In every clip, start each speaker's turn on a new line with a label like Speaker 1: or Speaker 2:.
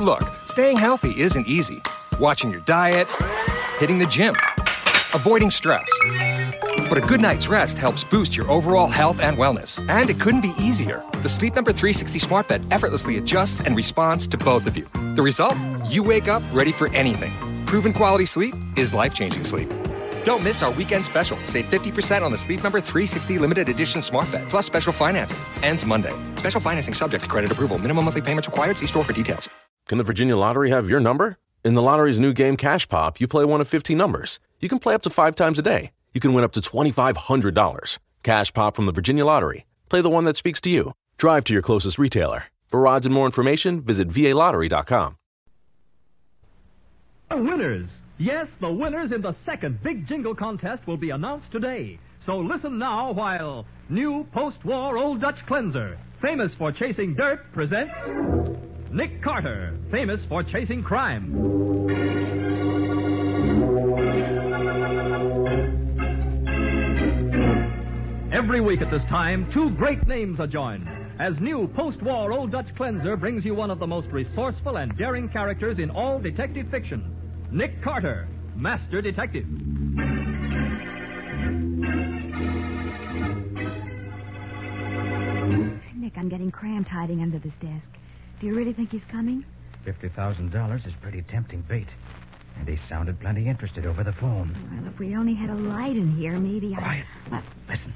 Speaker 1: Look, staying healthy isn't easy. Watching your diet, hitting the gym, avoiding stress. But a good night's rest helps boost your overall health and wellness. And it couldn't be easier. The Sleep Number 360 smart bed effortlessly adjusts and responds to both of you. The result? You wake up ready for anything. Proven quality sleep is life-changing sleep. Don't miss our weekend special. Save 50% on the Sleep Number 360 limited edition smart bed, plus special financing. Ends Monday. Special financing subject to credit approval. Minimum monthly payments required. See store for details.
Speaker 2: Can the Virginia Lottery have your number? In the lottery's new game, Cash Pop, you play one of 15 numbers. You can play up to five times a day. You can win up to $2,500. Cash Pop from the Virginia Lottery. Play the one that speaks to you. Drive to your closest retailer. For odds and more information, visit valottery.com.
Speaker 3: The winners! Yes, the winners in the second Big Jingle contest will be announced today. So listen now while new post war Old Dutch cleanser, famous for chasing dirt, presents Nick Carter, famous for chasing crime. Every week at this time, two great names are joined. As new post war Old Dutch Cleanser brings you one of the most resourceful and daring characters in all detective fiction Nick Carter, Master Detective.
Speaker 4: Nick, I'm getting cramped hiding under this desk. Do you really think he's coming?
Speaker 5: $50,000 is pretty tempting bait. And he sounded plenty interested over the phone.
Speaker 4: Well, if we only had a light in here, maybe I.
Speaker 5: Quiet.
Speaker 4: Uh,
Speaker 5: Listen,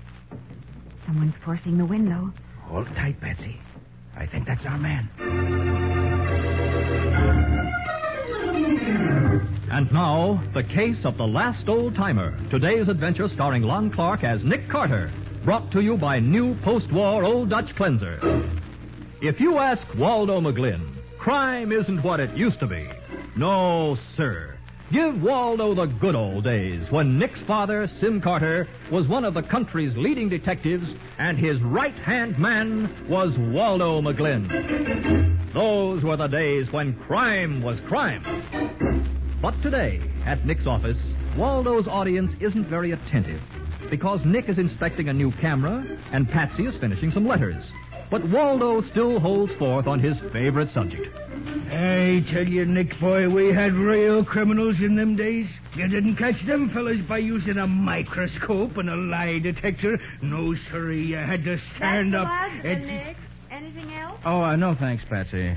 Speaker 4: someone's forcing the window.
Speaker 5: hold tight, Betsy. I think that's our man.
Speaker 3: And now, the case of the last old timer. Today's adventure starring Lon Clark as Nick Carter, brought to you by new post war Old Dutch Cleanser. If you ask Waldo McGlynn, crime isn't what it used to be. No, sir. Give Waldo the good old days when Nick's father, Sim Carter, was one of the country's leading detectives, and his right hand man was Waldo McGlynn. Those were the days when crime was crime. But today, at Nick's office, Waldo's audience isn't very attentive because Nick is inspecting a new camera and Patsy is finishing some letters. But Waldo still holds forth on his favorite subject.
Speaker 6: I tell you, Nick boy, we had real criminals in them days. You didn't catch them fellas by using a microscope and a lie detector. No, sorry, you had to stand up. and-
Speaker 4: Anything else?
Speaker 5: Oh, uh, no thanks, Patsy.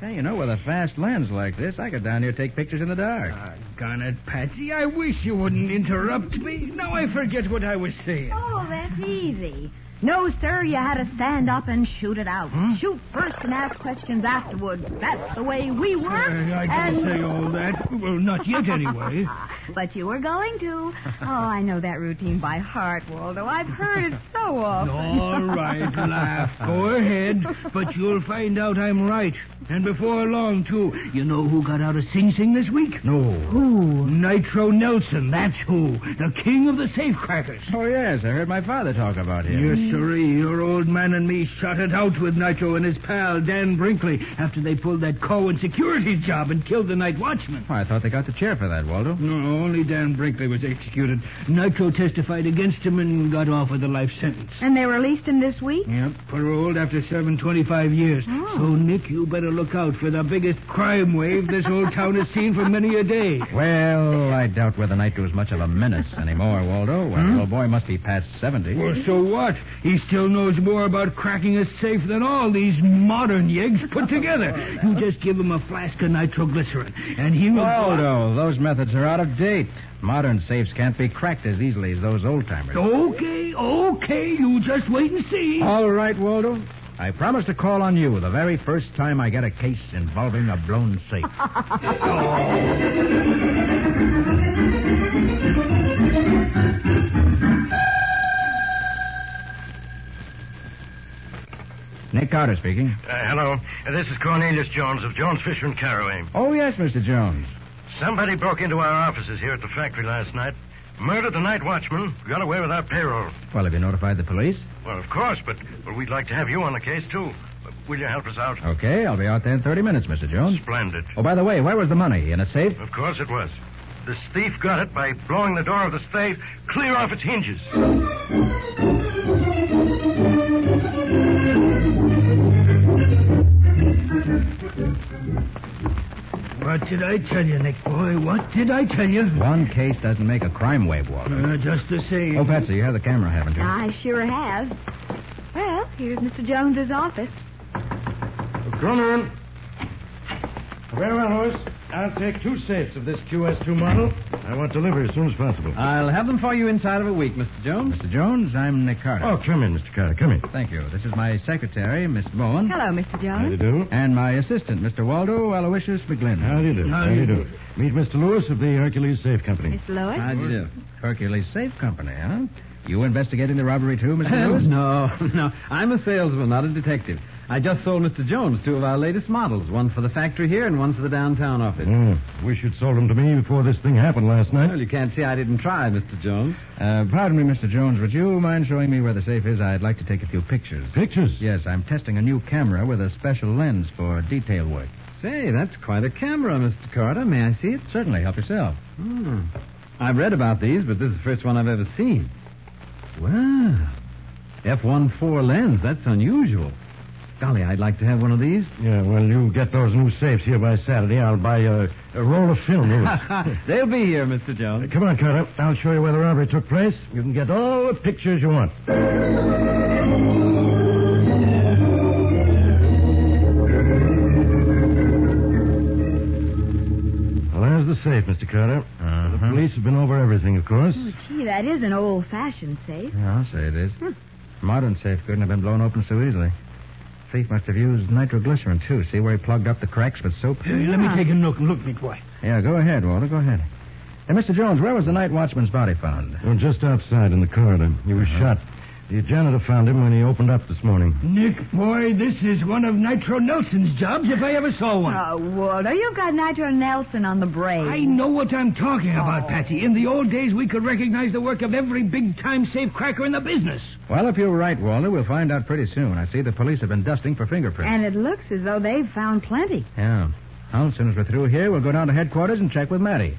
Speaker 5: Hey, you know, with a fast lens like this, I could down here take pictures in the dark.
Speaker 6: Doggone Ah, it, Patsy, I wish you wouldn't interrupt me. Now I forget what I was saying.
Speaker 4: Oh, that's easy. No, sir, you had to stand up and shoot it out.
Speaker 6: Hmm?
Speaker 4: Shoot first and ask questions afterwards. That's the way we work.
Speaker 6: Uh, I
Speaker 4: and...
Speaker 6: didn't say all that. Well, not yet, anyway.
Speaker 4: But you were going to. Oh, I know that routine by heart, Waldo. I've heard it so often.
Speaker 6: All right, laugh. Go ahead. But you'll find out I'm right. And before long, too. You know who got out of Sing Sing this week? No. Who? Nitro Nelson, that's who. The king of the safecrackers.
Speaker 5: Oh, yes, I heard my father talk about him.
Speaker 6: Yes, sirree. Your old man and me shot it out with Nitro and his pal, Dan Brinkley, after they pulled that Cohen security job and killed the night watchman.
Speaker 5: Oh, I thought they got the chair for that, Waldo.
Speaker 6: No, only Dan Brinkley was executed. Nitro testified against him and got off with a life sentence.
Speaker 4: And they released him this week?
Speaker 6: Yep, paroled after serving 25 years.
Speaker 4: Oh.
Speaker 6: So, Nick, you better look out for the biggest crime wave this old town has seen for many a day.
Speaker 5: Well, I doubt whether Nitro is much of a menace anymore, Waldo. Well, the old boy must be past 70.
Speaker 6: Hmm? Well, so what? He still knows more about cracking a safe than all these modern yeggs put together. You just give him a flask of nitroglycerin, and he will.
Speaker 5: Waldo, those methods are out of date. Modern safes can't be cracked as easily as those old timers.
Speaker 6: Okay, okay, you just wait and see.
Speaker 7: Oh,
Speaker 5: All right, Waldo. I promise to call on you the very first time I get a case involving a blown safe. Nick Carter speaking.
Speaker 8: Uh, hello. Uh, This is Cornelius Jones of Jones Fisher and Caraway.
Speaker 5: Oh, yes, Mr. Jones.
Speaker 8: Somebody broke into our offices here at the factory last night, murdered the night watchman, got away without payroll.
Speaker 5: Well, have you notified the police?
Speaker 8: Well, of course, but well, we'd like to have you on the case, too. Uh, Will you help us out?
Speaker 5: Okay, I'll be out there in 30 minutes, Mr. Jones.
Speaker 8: Splendid.
Speaker 5: Oh, by the way, where was the money? In a safe?
Speaker 8: Of course it was. This thief got it by blowing the door of the safe clear off its hinges.
Speaker 6: What did I tell you, Nick boy? What did I tell you?
Speaker 5: One case doesn't make a crime wave, Walter.
Speaker 6: Uh, just the same.
Speaker 5: Oh, Patsy, you have the camera, haven't you?
Speaker 4: I sure have. Well, here's Mr. Jones's office.
Speaker 8: Come on.
Speaker 6: Very well, Horace. I'll take two safes of this QS2 model.
Speaker 8: I want delivery as soon as possible.
Speaker 5: I'll have them for you inside of a week, Mr. Jones. Mr. Jones, I'm Nick Carter.
Speaker 8: Oh, come in, Mr. Carter. Come in.
Speaker 5: Thank you. This is my secretary, Miss Bowen.
Speaker 4: Hello, Mr.
Speaker 8: How do
Speaker 4: Jones.
Speaker 8: you do?
Speaker 5: And my assistant, Mr. Waldo Aloysius McGlynn.
Speaker 8: How do you do?
Speaker 6: How do you do?
Speaker 8: Meet Mr. Lewis of the Hercules Safe Company.
Speaker 4: Miss Lewis?
Speaker 5: How do you do? Hercules Safe Company, huh? You investigating the robbery too, Mr.
Speaker 6: Um,
Speaker 5: Lewis?
Speaker 7: No, no. I'm a salesman, not a detective. I just sold Mr. Jones two of our latest models, one for the factory here and one for the downtown office.
Speaker 8: Hmm. Wish you'd sold them to me before this thing happened last night.
Speaker 7: Well, you can't say I didn't try, Mr. Jones.
Speaker 5: Uh, pardon me, Mr. Jones. Would you mind showing me where the safe is? I'd like to take a few pictures.
Speaker 8: Pictures?
Speaker 5: Yes, I'm testing a new camera with a special lens for detail work.
Speaker 7: Say, that's quite a camera, Mr. Carter. May I see it?
Speaker 5: Certainly, help yourself.
Speaker 7: Hmm. I've read about these, but this is the first one I've ever seen. Wow. F1.4 lens. That's unusual. Golly, I'd like to have one of these.
Speaker 8: Yeah, well, you get those new safes here by Saturday. I'll buy you a, a roll of film, Lewis.
Speaker 7: They'll be here, Mr. Jones.
Speaker 8: Come on, Carter. I'll show you where the robbery took place. You can get all the pictures you want. Well, there's the safe, Mr. Carter.
Speaker 7: Uh-huh.
Speaker 8: The police have been over everything, of course.
Speaker 4: Gee, that is an old fashioned safe.
Speaker 5: Yeah, I'll say it is. Modern safe couldn't have been blown open so easily. Thief must have used nitroglycerin, too. See where he plugged up the cracks with soap?
Speaker 6: Hey, let me take a look. Look, Nick boy.
Speaker 5: Yeah, go ahead, Walter. Go ahead. Hey, Mr. Jones, where was the night watchman's body found? Uh-huh.
Speaker 8: Oh, just outside in the corridor. He was shot. The janitor found him when he opened up this morning.
Speaker 6: Nick boy, this is one of Nitro Nelson's jobs if I ever saw one.
Speaker 4: Oh, Walter, you've got Nitro Nelson on the brain.
Speaker 6: I know what I'm talking about, Patsy. In the old days, we could recognize the work of every big time safe cracker in the business.
Speaker 5: Well, if you're right, Walter, we'll find out pretty soon. I see the police have been dusting for fingerprints.
Speaker 4: And it looks as though they've found plenty.
Speaker 5: Yeah. Well, as soon as we're through here, we'll go down to headquarters and check with Matty.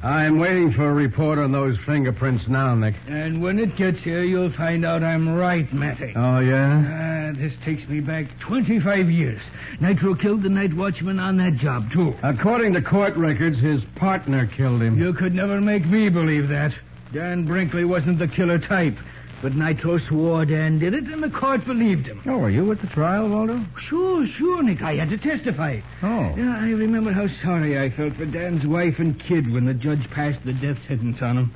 Speaker 7: I'm waiting for a report on those fingerprints now, Nick.
Speaker 6: And when it gets here, you'll find out I'm right, Matty.
Speaker 7: Oh, yeah?
Speaker 6: Ah, this takes me back 25 years. Nitro killed the night watchman on that job, too.
Speaker 7: According to court records, his partner killed him.
Speaker 6: You could never make me believe that. Dan Brinkley wasn't the killer type. But Nitro swore Dan did it, and the court believed him.
Speaker 5: Oh, were you at the trial, Waldo?
Speaker 6: Sure, sure, Nick. I had to testify.
Speaker 5: Oh.
Speaker 6: Yeah, I remember how sorry I felt for Dan's wife and kid when the judge passed the death sentence on him.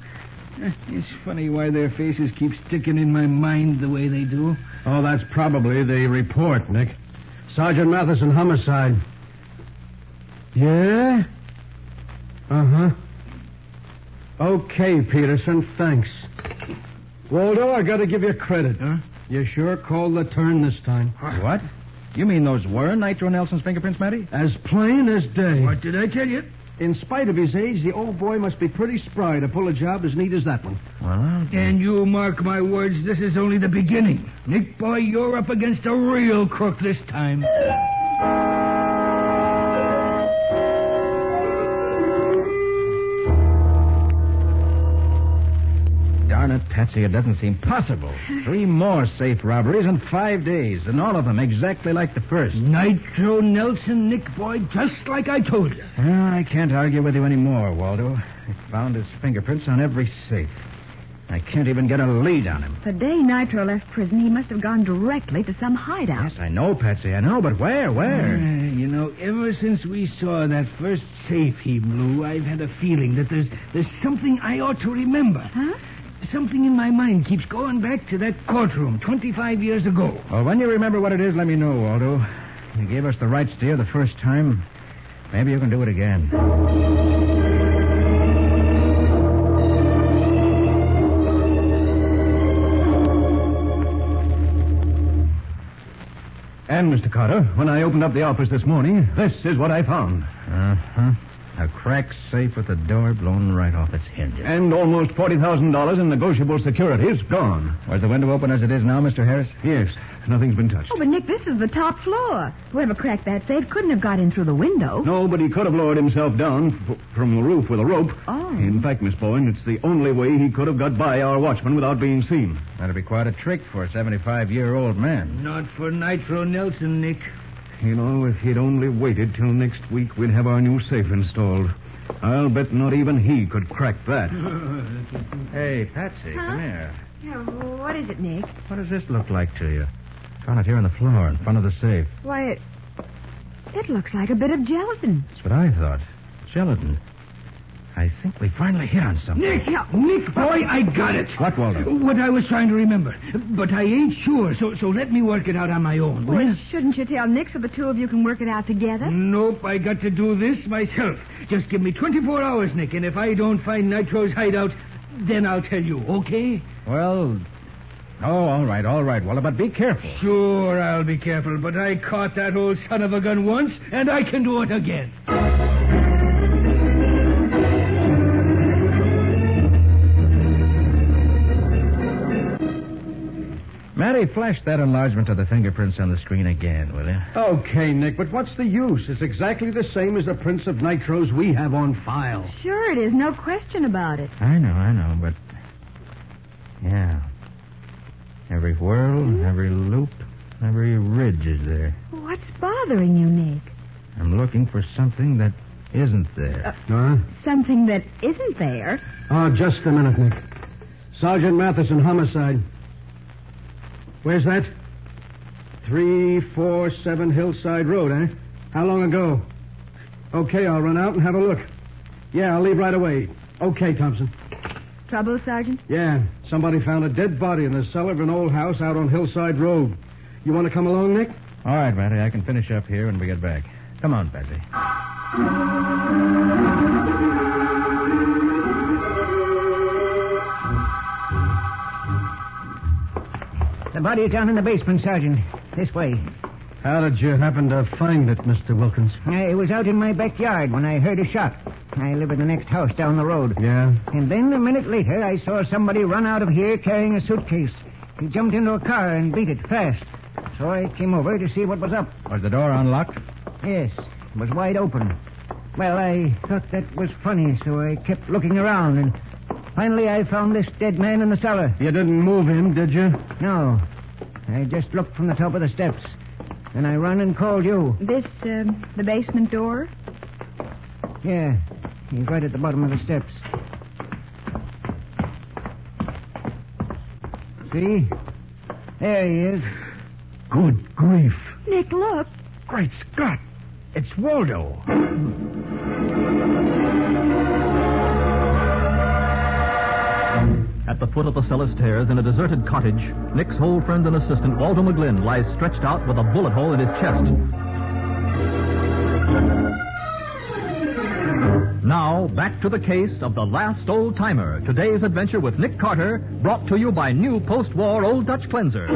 Speaker 6: Eh, It's funny why their faces keep sticking in my mind the way they do.
Speaker 7: Oh, that's probably the report, Nick. Sergeant Matheson, homicide. Yeah? Uh huh. Okay, Peterson, thanks. Waldo, I gotta give you credit. Huh? You sure called the turn this time.
Speaker 5: What? You mean those were Nitro Nelson's fingerprints, Matty?
Speaker 7: As plain as day.
Speaker 6: What did I tell you?
Speaker 7: In spite of his age, the old boy must be pretty spry to pull a job as neat as that one.
Speaker 5: Well,
Speaker 6: And you mark my words, this is only the beginning. Nick boy, you're up against a real crook this time.
Speaker 5: Darn it, Patsy, it doesn't seem possible. Three more safe robberies in five days, and all of them exactly like the first.
Speaker 6: Nitro Nelson, Nick boy, just like I told you.
Speaker 5: Well, Ah, I can't argue with you anymore, Waldo. I found his fingerprints on every safe. I can't even get a lead on him.
Speaker 4: The day Nitro left prison, he must have gone directly to some hideout.
Speaker 5: Yes, I know, Patsy, I know, but where,
Speaker 6: Ah,
Speaker 5: where?
Speaker 6: You know, ever since we saw that first safe he blew, I've had a feeling that there's there's something I ought to remember.
Speaker 4: Huh?
Speaker 6: Something in my mind keeps going back to that courtroom 25 years ago.
Speaker 5: Well, when you remember what it is, let me know, Waldo. You gave us the right steer the first time. Maybe you can do it again.
Speaker 7: And, Mr. Carter, when I opened up the office this morning, this is what I found.
Speaker 5: Uh huh. A cracked safe with the door blown right off its hinges.
Speaker 7: And almost $40,000 in negotiable securities gone.
Speaker 5: Was the window open as it is now, Mr. Harris?
Speaker 7: Yes, nothing's been touched.
Speaker 4: Oh, but Nick, this is the top floor. Whoever cracked that safe couldn't have got in through the window.
Speaker 7: No, but he could have lowered himself down f- from the roof with a rope.
Speaker 4: Oh.
Speaker 7: In fact, Miss Bowen, it's the only way he could have got by our watchman without being seen.
Speaker 5: That'd be quite a trick for a 75 year old man.
Speaker 6: Not for Nitro Nelson, Nick.
Speaker 7: You know, if he'd only waited till next week, we'd have our new safe installed. I'll bet not even he could crack that.
Speaker 5: Hey, Patsy,
Speaker 4: Huh?
Speaker 5: come here.
Speaker 4: Yeah, what is it, Nick?
Speaker 5: What does this look like to you? Found it here on the floor in front of the safe.
Speaker 4: Why, it, it looks like a bit of gelatin.
Speaker 5: That's what I thought. Gelatin. I think we finally hit on something.
Speaker 6: Nick, Nick, boy, I got it.
Speaker 5: What, Waldo?
Speaker 6: What I was trying to remember, but I ain't sure. So, so let me work it out on my own. will ya?
Speaker 4: Shouldn't you tell Nick so the two of you can work it out together?
Speaker 6: Nope, I got to do this myself. Just give me 24 hours, Nick, and if I don't find Nitro's hideout, then I'll tell you, okay?
Speaker 5: Well, oh, all right, all right, Waldo, but be careful.
Speaker 6: Sure, I'll be careful, but I caught that old son of a gun once, and I can do it again.
Speaker 5: Matty, flash that enlargement of the fingerprints on the screen again, will you?
Speaker 6: Oh.
Speaker 7: Okay, Nick, but what's the use? It's exactly the same as the prints of nitros we have on file.
Speaker 4: Sure it is, no question about it.
Speaker 5: I know, I know, but. Yeah. Every whirl, every loop, every ridge is there.
Speaker 4: What's bothering you, Nick?
Speaker 5: I'm looking for something that isn't there.
Speaker 7: Huh?
Speaker 4: Something that isn't there.
Speaker 7: Oh, just a minute, Nick. Sergeant Matheson, homicide. Where's that? 347 Hillside Road, eh? How long ago? Okay, I'll run out and have a look. Yeah, I'll leave right away. Okay, Thompson.
Speaker 4: Trouble, Sergeant?
Speaker 7: Yeah, somebody found a dead body in the cellar of an old house out on Hillside Road. You want to come along, Nick?
Speaker 5: All right, Matty, I can finish up here when we get back. Come on, Patsy.
Speaker 6: The body's down in the basement, Sergeant. This way.
Speaker 7: How did you happen to find it, Mr. Wilkins?
Speaker 6: I Uh, was out in my backyard when I heard a shot. I live in the next house down the road.
Speaker 7: Yeah.
Speaker 6: And then a minute later, I saw somebody run out of here carrying a suitcase. He jumped into a car and beat it fast. So I came over to see what was up.
Speaker 5: Was the door unlocked?
Speaker 6: Yes, it was wide open. Well, I thought that was funny, so I kept looking around, and finally I found this dead man in the cellar.
Speaker 7: You didn't move him, did you?
Speaker 6: No, I just looked from the top of the steps. Then I run and called you.
Speaker 4: This, um, the basement door?
Speaker 6: Yeah, he's right at the bottom of the steps. See? There he is.
Speaker 7: Good grief.
Speaker 4: Nick, look.
Speaker 7: Great Scott. It's Waldo.
Speaker 3: At the foot of the cellar stairs in a deserted cottage, Nick's old friend and assistant, Waldo McGlynn, lies stretched out with a bullet hole in his chest. Now, back to the case of the last old timer. Today's adventure with Nick Carter, brought to you by new post war Old Dutch Cleanser.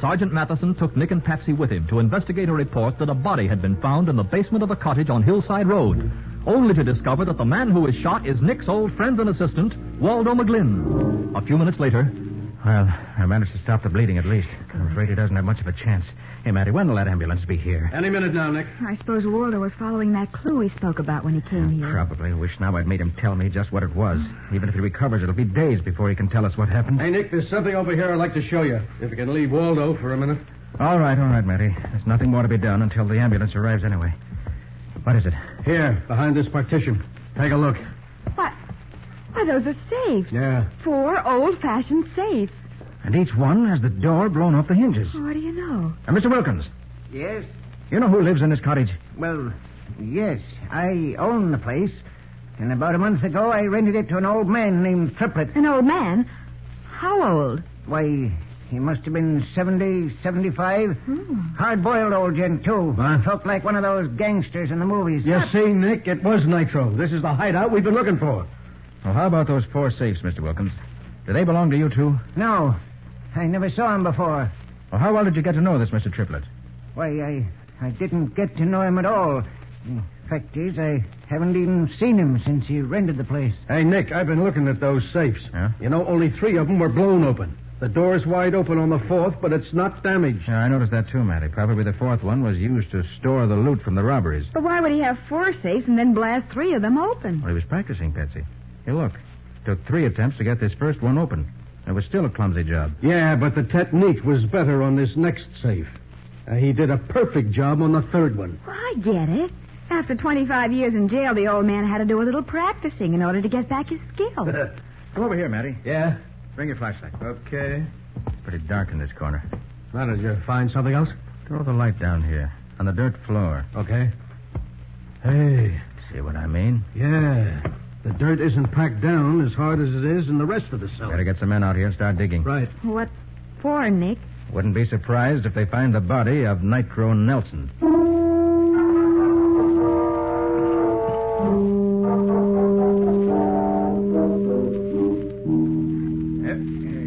Speaker 3: Sergeant Matheson took Nick and Patsy with him to investigate a report that a body had been found in the basement of a cottage on Hillside Road, only to discover that the man who was shot is Nick's old friend and assistant, Waldo McGlynn. A few minutes later,
Speaker 5: Well, I managed to stop the bleeding at least. I'm afraid he doesn't have much of a chance. Hey, Matty, when will that ambulance be here?
Speaker 7: Any minute now, Nick.
Speaker 4: I suppose Waldo was following that clue he spoke about when he came here.
Speaker 5: Probably. Wish now I'd made him tell me just what it was. Even if he recovers, it'll be days before he can tell us what happened.
Speaker 7: Hey, Nick, there's something over here I'd like to show you. If you can leave Waldo for a minute.
Speaker 5: All right, all right, Matty. There's nothing more to be done until the ambulance arrives anyway. What is it?
Speaker 7: Here, behind this partition. Take a look.
Speaker 4: Why, why, those are safes.
Speaker 7: Yeah.
Speaker 4: Four old-fashioned safes.
Speaker 5: And each one has the door blown off the hinges.
Speaker 4: What do you know?
Speaker 5: Now, Mr. Wilkins,
Speaker 6: Yes?
Speaker 5: you know who lives in this cottage?
Speaker 6: Well, yes. I own the place. And about a month ago, I rented it to an old man named Triplett.
Speaker 4: An old man? How old?
Speaker 6: Why, he must have been 70, 75. Hard boiled old gent, too. Looked like one of those gangsters in the movies.
Speaker 7: You see, Nick, it was Nitro. This is the hideout we've been looking for.
Speaker 5: Well, how about those four safes, Mr. Wilkins? Do they belong to you two?
Speaker 6: No, I never saw him before.
Speaker 5: Well, how well did you get to know this Mr. Triplett?
Speaker 6: Why, I, I didn't get to know him at all.
Speaker 5: fact is, I haven't even seen him since he rented the place.
Speaker 9: Hey, Nick, I've been looking at those safes.
Speaker 5: Huh?
Speaker 9: You know, only three of them were blown open. The door's wide open on the fourth, but it's not damaged.
Speaker 5: Yeah, I noticed that too, Matty. Probably the fourth one was used to store the loot from the robberies.
Speaker 4: But why would he have four safes and then blast three of them open?
Speaker 5: Well, he was practicing, Patsy. Hey, look. Took three attempts to get this first one open. It was still a clumsy job.
Speaker 9: Yeah, but the technique was better on this next safe. Uh, he did a perfect job on the third one.
Speaker 4: Well, I get it. After 25 years in jail, the old man had to do a little practicing in order to get back his skill.
Speaker 5: Come over here, Matty.
Speaker 7: Yeah?
Speaker 5: Bring your flashlight.
Speaker 7: Okay.
Speaker 5: Pretty dark in this corner.
Speaker 9: Now, did you find something else?
Speaker 5: Throw the light down here on the dirt floor.
Speaker 9: Okay. Hey,
Speaker 5: See what I mean?
Speaker 9: yeah. The dirt isn't packed down as hard as it is in the rest of the cell.
Speaker 5: Better get some men out here and start digging.
Speaker 9: Right.
Speaker 4: What for, Nick?
Speaker 5: Wouldn't be surprised if they find the body of Nitro Nelson.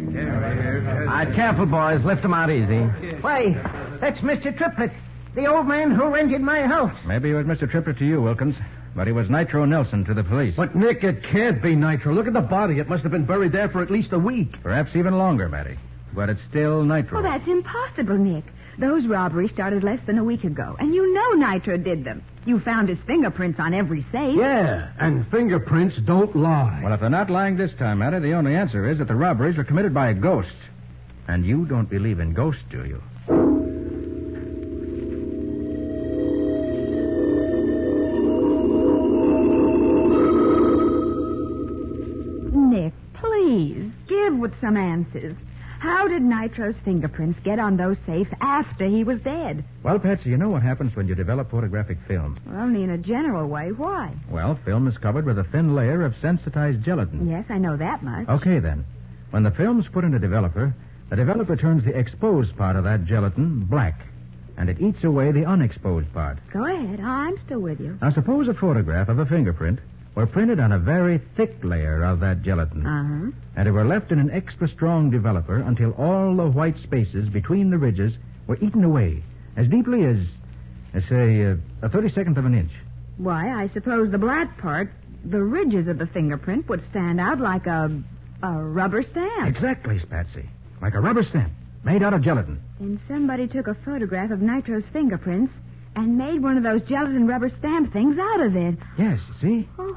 Speaker 10: Uh, careful, boys. Lift him out easy.
Speaker 5: Why, that's Mr. Triplet, the old man who rented my house. Maybe it was Mr. Triplet to you, Wilkins, but he was Nitro Nelson to the police.
Speaker 9: But, Nick, it can't be nitro. Look at the body. It must have been buried there for at least a week.
Speaker 5: Perhaps even longer, Matty. But it's still Nitro.
Speaker 4: Well, that's impossible, Nick. Those robberies started less than a week ago, and you know Nitro did them. You found his fingerprints on every safe.
Speaker 9: Yeah, and fingerprints don't lie.
Speaker 5: Well, if they're not lying this time, Matty, the only answer is that the robberies were committed by a ghost. And you don't believe in ghosts, do you?
Speaker 4: Nick, please, give with some answers. How did Nitro's fingerprints get on those safes after he was dead?
Speaker 5: Well, Patsy, you know what happens when you develop photographic film.
Speaker 4: Well, only in a general way. Why?
Speaker 5: Well, film is covered with a thin layer of sensitized gelatin.
Speaker 4: Yes, I know that much.
Speaker 5: Okay, then. When the film's put in a developer, the developer turns the exposed part of that gelatin black, and it eats away the unexposed part.
Speaker 4: Go ahead. I'm still with you.
Speaker 5: Now, suppose a photograph of a fingerprint were printed on a very thick layer of that gelatin,
Speaker 4: Uh-huh.
Speaker 5: and it were left in an extra strong developer until all the white spaces between the ridges were eaten away as deeply as, as say, uh, a 32nd of an inch.
Speaker 4: Why, I suppose the black part, the ridges of the fingerprint, would stand out like a, a rubber stamp.
Speaker 5: Exactly, Patsy. Like a rubber stamp made out of gelatin.
Speaker 4: Then somebody took a photograph of Nitro's fingerprints and made one of those gelatin rubber stamp things out of it.
Speaker 5: Yes, you see?
Speaker 4: Oh.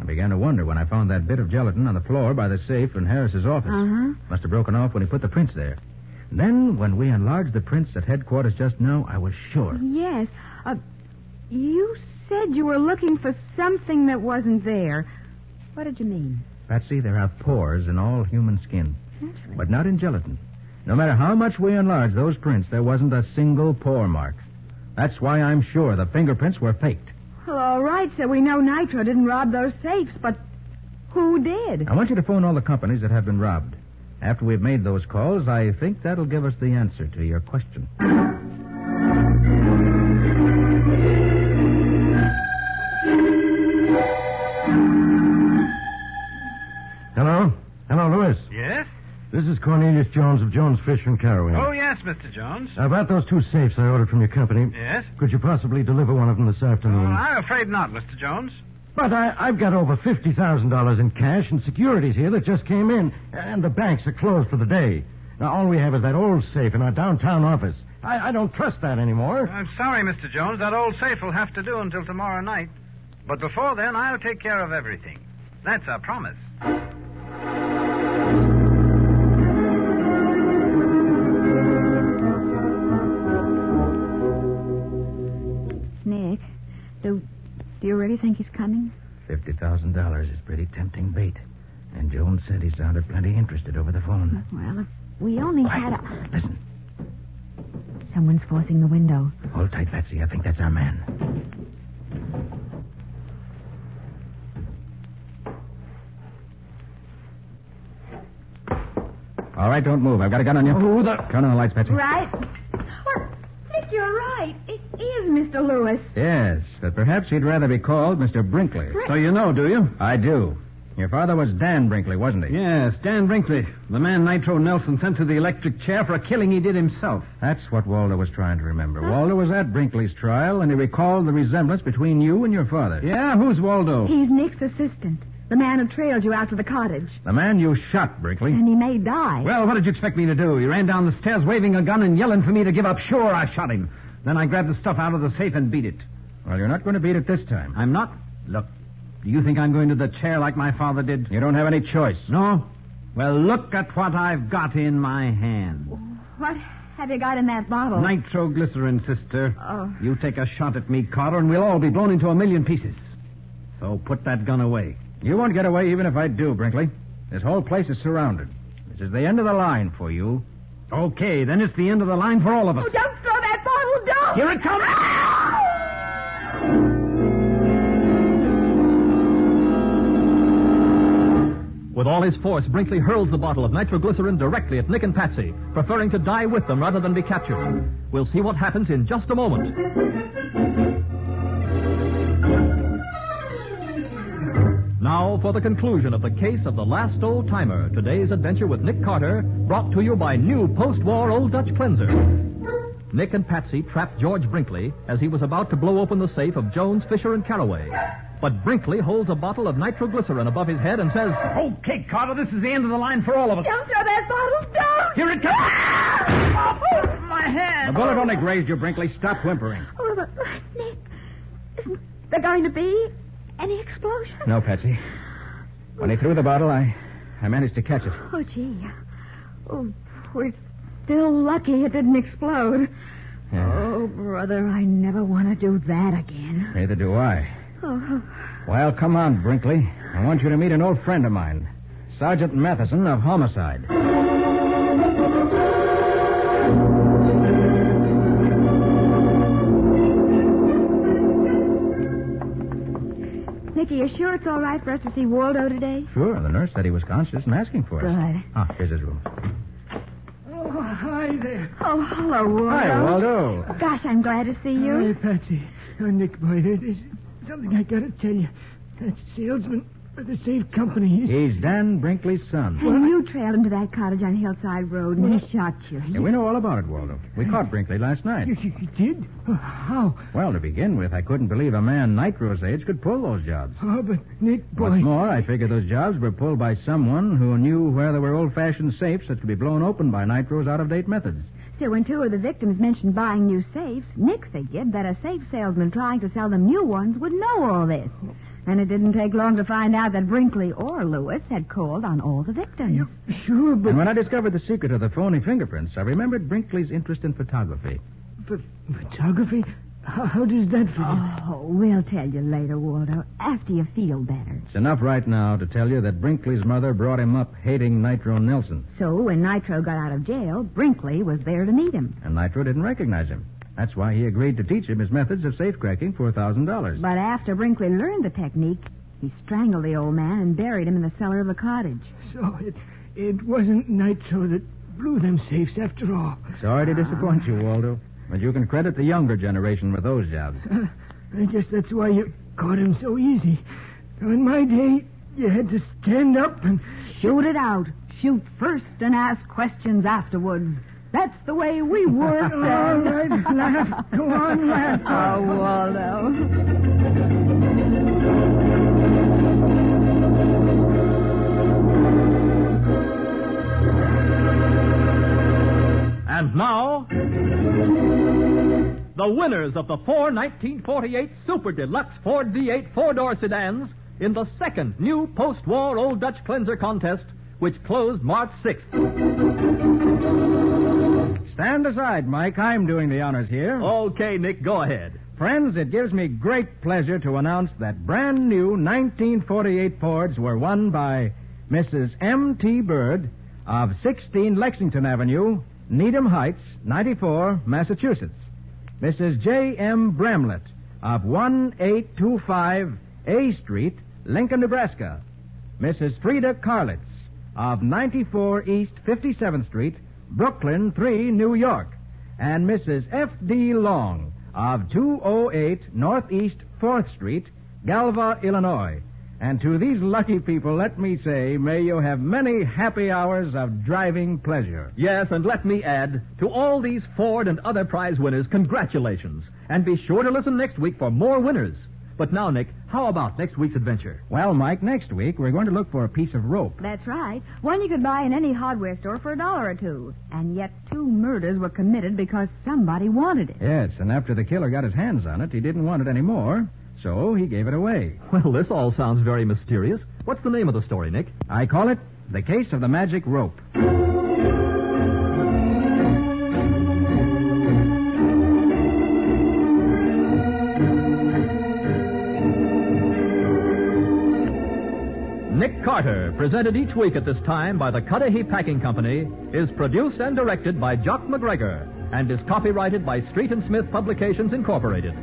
Speaker 5: I began to wonder when I found that bit of gelatin on the floor by the safe in Harris's office.
Speaker 4: Uh-huh.
Speaker 5: Must have broken off when he put the prints there. And then, when we enlarged the prints at headquarters just now, I was sure.
Speaker 4: Yes. Uh, you said you were looking for something that wasn't there. What did you mean?
Speaker 5: Patsy, there are pores in all human skin, but not in gelatin. No matter how much we enlarged those prints, there wasn't a single pore mark. That's why I'm sure the fingerprints were faked.
Speaker 4: Well, all right, so we know Nitro didn't rob those safes, but who did?
Speaker 5: I want you to phone all the companies that have been robbed. After we've made those calls, I think that'll give us the answer to your question.
Speaker 9: Hello? Hello, Lewis.
Speaker 8: Yes?
Speaker 9: This is Cornelius Jones of Jones Fish and Carowinds.
Speaker 8: Oh, yes, Mr. Jones.
Speaker 9: About those two safes I ordered from your company.
Speaker 8: Yes?
Speaker 9: Could you possibly deliver one of them this
Speaker 8: Oh,
Speaker 9: afternoon?
Speaker 8: I'm afraid not, Mr. Jones.
Speaker 9: But I, I've got over $50,000 in cash and securities here that just came in, and the banks are closed for the day. Now, all we have is that old safe in our downtown office. I, I don't trust that anymore.
Speaker 8: I'm sorry, Mr. Jones. That old safe will have to do until tomorrow night. But before then, I'll take care of everything. That's our promise.
Speaker 4: Nick, do, do you really think he's coming?
Speaker 5: $50,000 is pretty tempting bait. And Jones said he sounded plenty interested over the phone.
Speaker 4: Well, if we only had a...
Speaker 5: Quiet. Listen.
Speaker 4: Someone's forcing the window.
Speaker 5: Hold tight, Patsy. I think that's our man. All right, don't move. I've got a gun on you. Who the... Turn on the lights, Patsy.
Speaker 4: Right? Well, Nick, you're right. It is Mr. Lewis.
Speaker 5: Yes, but perhaps he'd rather be called Mr. Brinkley.
Speaker 4: So
Speaker 5: you know, do you? I do. Your father was Dan Brinkley, wasn't he?
Speaker 7: Yes, Dan Brinkley, the man Nitro Nelson sent to the electric chair for a killing he did himself.
Speaker 5: That's what Waldo was trying to remember. Waldo was at Brinkley's trial, and he recalled the resemblance between you and your father. Yeah, who's Waldo?
Speaker 4: He's Nick's assistant, the man who trailed you out to the cottage.
Speaker 5: The man you shot, Brinkley.
Speaker 4: And he may die.
Speaker 7: Well, what did you expect me to do? He ran down the stairs waving a gun and yelling for me to give up. Sure, I shot him. Then I grabbed the stuff out of the safe and beat it.
Speaker 5: Well, you're not going to beat it this time.
Speaker 7: I'm not. Look, do you think I'm going to the chair like my father did?
Speaker 5: You don't have any choice.
Speaker 7: No? Well, look at what I've got in my hand.
Speaker 4: What have you got in that bottle?
Speaker 7: Nitroglycerin, sister.
Speaker 4: Oh.
Speaker 7: You take a shot at me, Carter, and we'll all be blown into a million pieces. So put that gun away.
Speaker 5: You won't get away even if I do, Brinkley. This whole place is surrounded. This is the end of the line for you.
Speaker 7: Okay, then it's the end of the line for all of us.
Speaker 4: Oh, don't throw that bottle, Ah! don't!
Speaker 7: Here it comes!
Speaker 3: With all his force, Brinkley hurls the bottle of nitroglycerin directly at Nick and Patsy, preferring to die with them rather than be captured. We'll see what happens in just a moment. Now for the conclusion of the case of the last old timer, today's adventure with Nick Carter, brought to you by new post-war Old Dutch cleanser. Nick and Patsy trapped George Brinkley as he was about to blow open the safe of Jones, Fisher, and Caraway. But Brinkley holds a bottle of nitroglycerin above his head and says,
Speaker 7: Okay, Carter, this is the end of the line for all of us.
Speaker 4: Don't throw that bottle, don't!
Speaker 7: Here it comes!
Speaker 4: Oh, my
Speaker 5: The
Speaker 4: hand!
Speaker 5: bullet only grazed you, Brinkley. Stop whimpering.
Speaker 4: Oh, but, but, Nick, isn't there going to be any explosion?
Speaker 5: No, Patsy. When he threw the bottle, I, I managed to catch it.
Speaker 4: Oh, gee. Oh, we're still lucky it didn't explode. Oh, brother, I never want to do that again.
Speaker 5: Neither do I.
Speaker 4: Oh,
Speaker 5: Well, come on, Brinkley. I want you to meet an old friend of mine, Sergeant Matheson of Homicide.
Speaker 4: Nicky, you sure it's all right for us to see Waldo today?
Speaker 5: Sure, the nurse said he was conscious and asking for us.
Speaker 4: Right.
Speaker 5: Ah, here's his room.
Speaker 6: Oh, hi there.
Speaker 4: Oh, hello, Waldo.
Speaker 5: Hi, Waldo.
Speaker 4: Gosh, I'm glad to see you.
Speaker 6: Hi, Patsy. Oh, Nick, boy, there- there's something I gotta tell you. That salesman for the safe company, he's...
Speaker 5: He's Dan Brinkley's son.
Speaker 4: And you trailed him to that cottage on Hillside Road, and he shot you.
Speaker 5: Yeah, we know all about it, Waldo. We caught Brinkley last night.
Speaker 6: You, you, you did? Oh, how?
Speaker 5: Well, to begin with, I couldn't believe a man Nitro's age could pull those jobs.
Speaker 6: Oh, but Nick, boy...
Speaker 5: What's more, I figure those jobs were pulled by someone who knew where there were old-fashioned safes that could be blown open by Nitro's out-of-date methods.
Speaker 4: So when two of the victims mentioned buying new safes, Nick figured that a safe salesman trying to sell them new ones would know all this. And it didn't take long to find out that Brinkley or Lewis had called on all the victims.
Speaker 6: Sure, but
Speaker 5: And when I discovered the secret of the phony fingerprints, I remembered Brinkley's interest in photography.
Speaker 6: ph- photography? How, how does that fit in?
Speaker 4: Oh, we'll tell you later, Waldo, after you feel better.
Speaker 5: It's enough right now to tell you that Brinkley's mother brought him up hating Nitro Nelson,
Speaker 4: So when Nitro got out of jail, Brinkley was there to meet him.
Speaker 5: and Nitro didn't recognize him. That's why he agreed to teach him his methods of safecracking for $1,000.
Speaker 4: But after Brinkley learned the technique, he strangled the old man and buried him in the cellar of the cottage.
Speaker 6: So it, it wasn't Nitro that blew them safes after all.
Speaker 5: Sorry to disappoint you, Waldo, but you can credit the younger generation with those jobs.
Speaker 6: I guess that's why you caught him so easy. In my day, you had to stand up and...
Speaker 4: Shoot it out. Shoot first and ask questions afterwards. That's the way we work.
Speaker 6: All right, laugh. Go on, laugh.
Speaker 4: Oh, uh, Waldo.
Speaker 3: And now, the winners of the four 1948 Super Deluxe Ford V8 four door sedans in the second new post war Old Dutch Cleanser contest, which closed March 6th.
Speaker 5: Stand aside, Mike. I'm doing the honors here.
Speaker 3: Okay, Nick, go ahead.
Speaker 5: Friends, it gives me great pleasure to announce that brand new 1948 Fords were won by Mrs. M.T. Bird of 16 Lexington Avenue, Needham Heights, 94, Massachusetts. Mrs. J.M. Bramlett of 1825 A Street, Lincoln, Nebraska. Mrs. Frida Carlitz of 94 East 57th Street, Brooklyn 3, New York, and Mrs. F.D.
Speaker 11: oh
Speaker 5: Long of 208 Northeast 4th Street, Galva, Illinois.
Speaker 11: And to these lucky people, let me say, may you have many happy hours of driving pleasure.
Speaker 5: Yes, and let me add to all these Ford and other prize winners, congratulations. And be sure to listen next week for more winners. But now, Nick, how about next week's adventure?
Speaker 11: Well, Mike, next week we're going to look for a piece of rope.
Speaker 4: That's right. One you could buy in any hardware store for a dollar or two. And yet two murders were committed because somebody wanted it.
Speaker 11: Yes, and after the killer got his hands on it, he didn't want it anymore, so he gave it away.
Speaker 5: Well, this all sounds very mysterious. What's the name of the story, Nick?
Speaker 11: I call it The Case of the Magic Rope.
Speaker 5: Nick Carter, presented each week at this time by the Cudahy Packing Company, is produced and directed by Jock McGregor and is copyrighted by Street and Smith Publications Incorporated.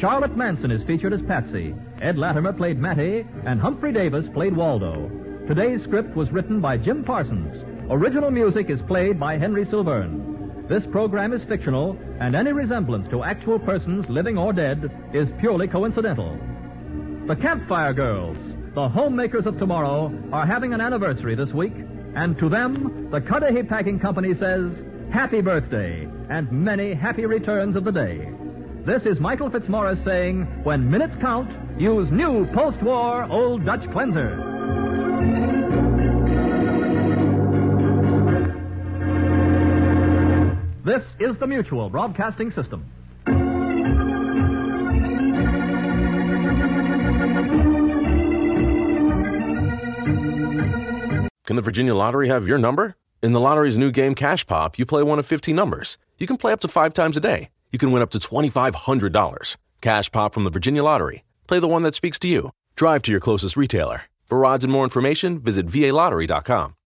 Speaker 5: Charlotte Manson is featured as Patsy, Ed Latimer played Matty, and Humphrey Davis played Waldo. Today's script was written by Jim Parsons. Original music is played by Henry Silverne. This program is fictional, and any resemblance to actual persons, living or dead, is purely coincidental. The Campfire Girls, the homemakers of tomorrow, are having an anniversary this week, and to them, the Cudahy Packing Company says, Happy birthday, and many happy returns of the day. This is Michael Fitzmaurice saying, When minutes count, use new post war Old Dutch cleanser. This is the Mutual Broadcasting System.
Speaker 2: Can the Virginia Lottery have your number? In the lottery's new game Cash Pop, you play one of 15 numbers. You can play up to five times a day. You can win up to $2,500. Cash Pop from the Virginia Lottery. Play the one that speaks to you. Drive to your closest retailer. For odds and more information, visit VALottery.com.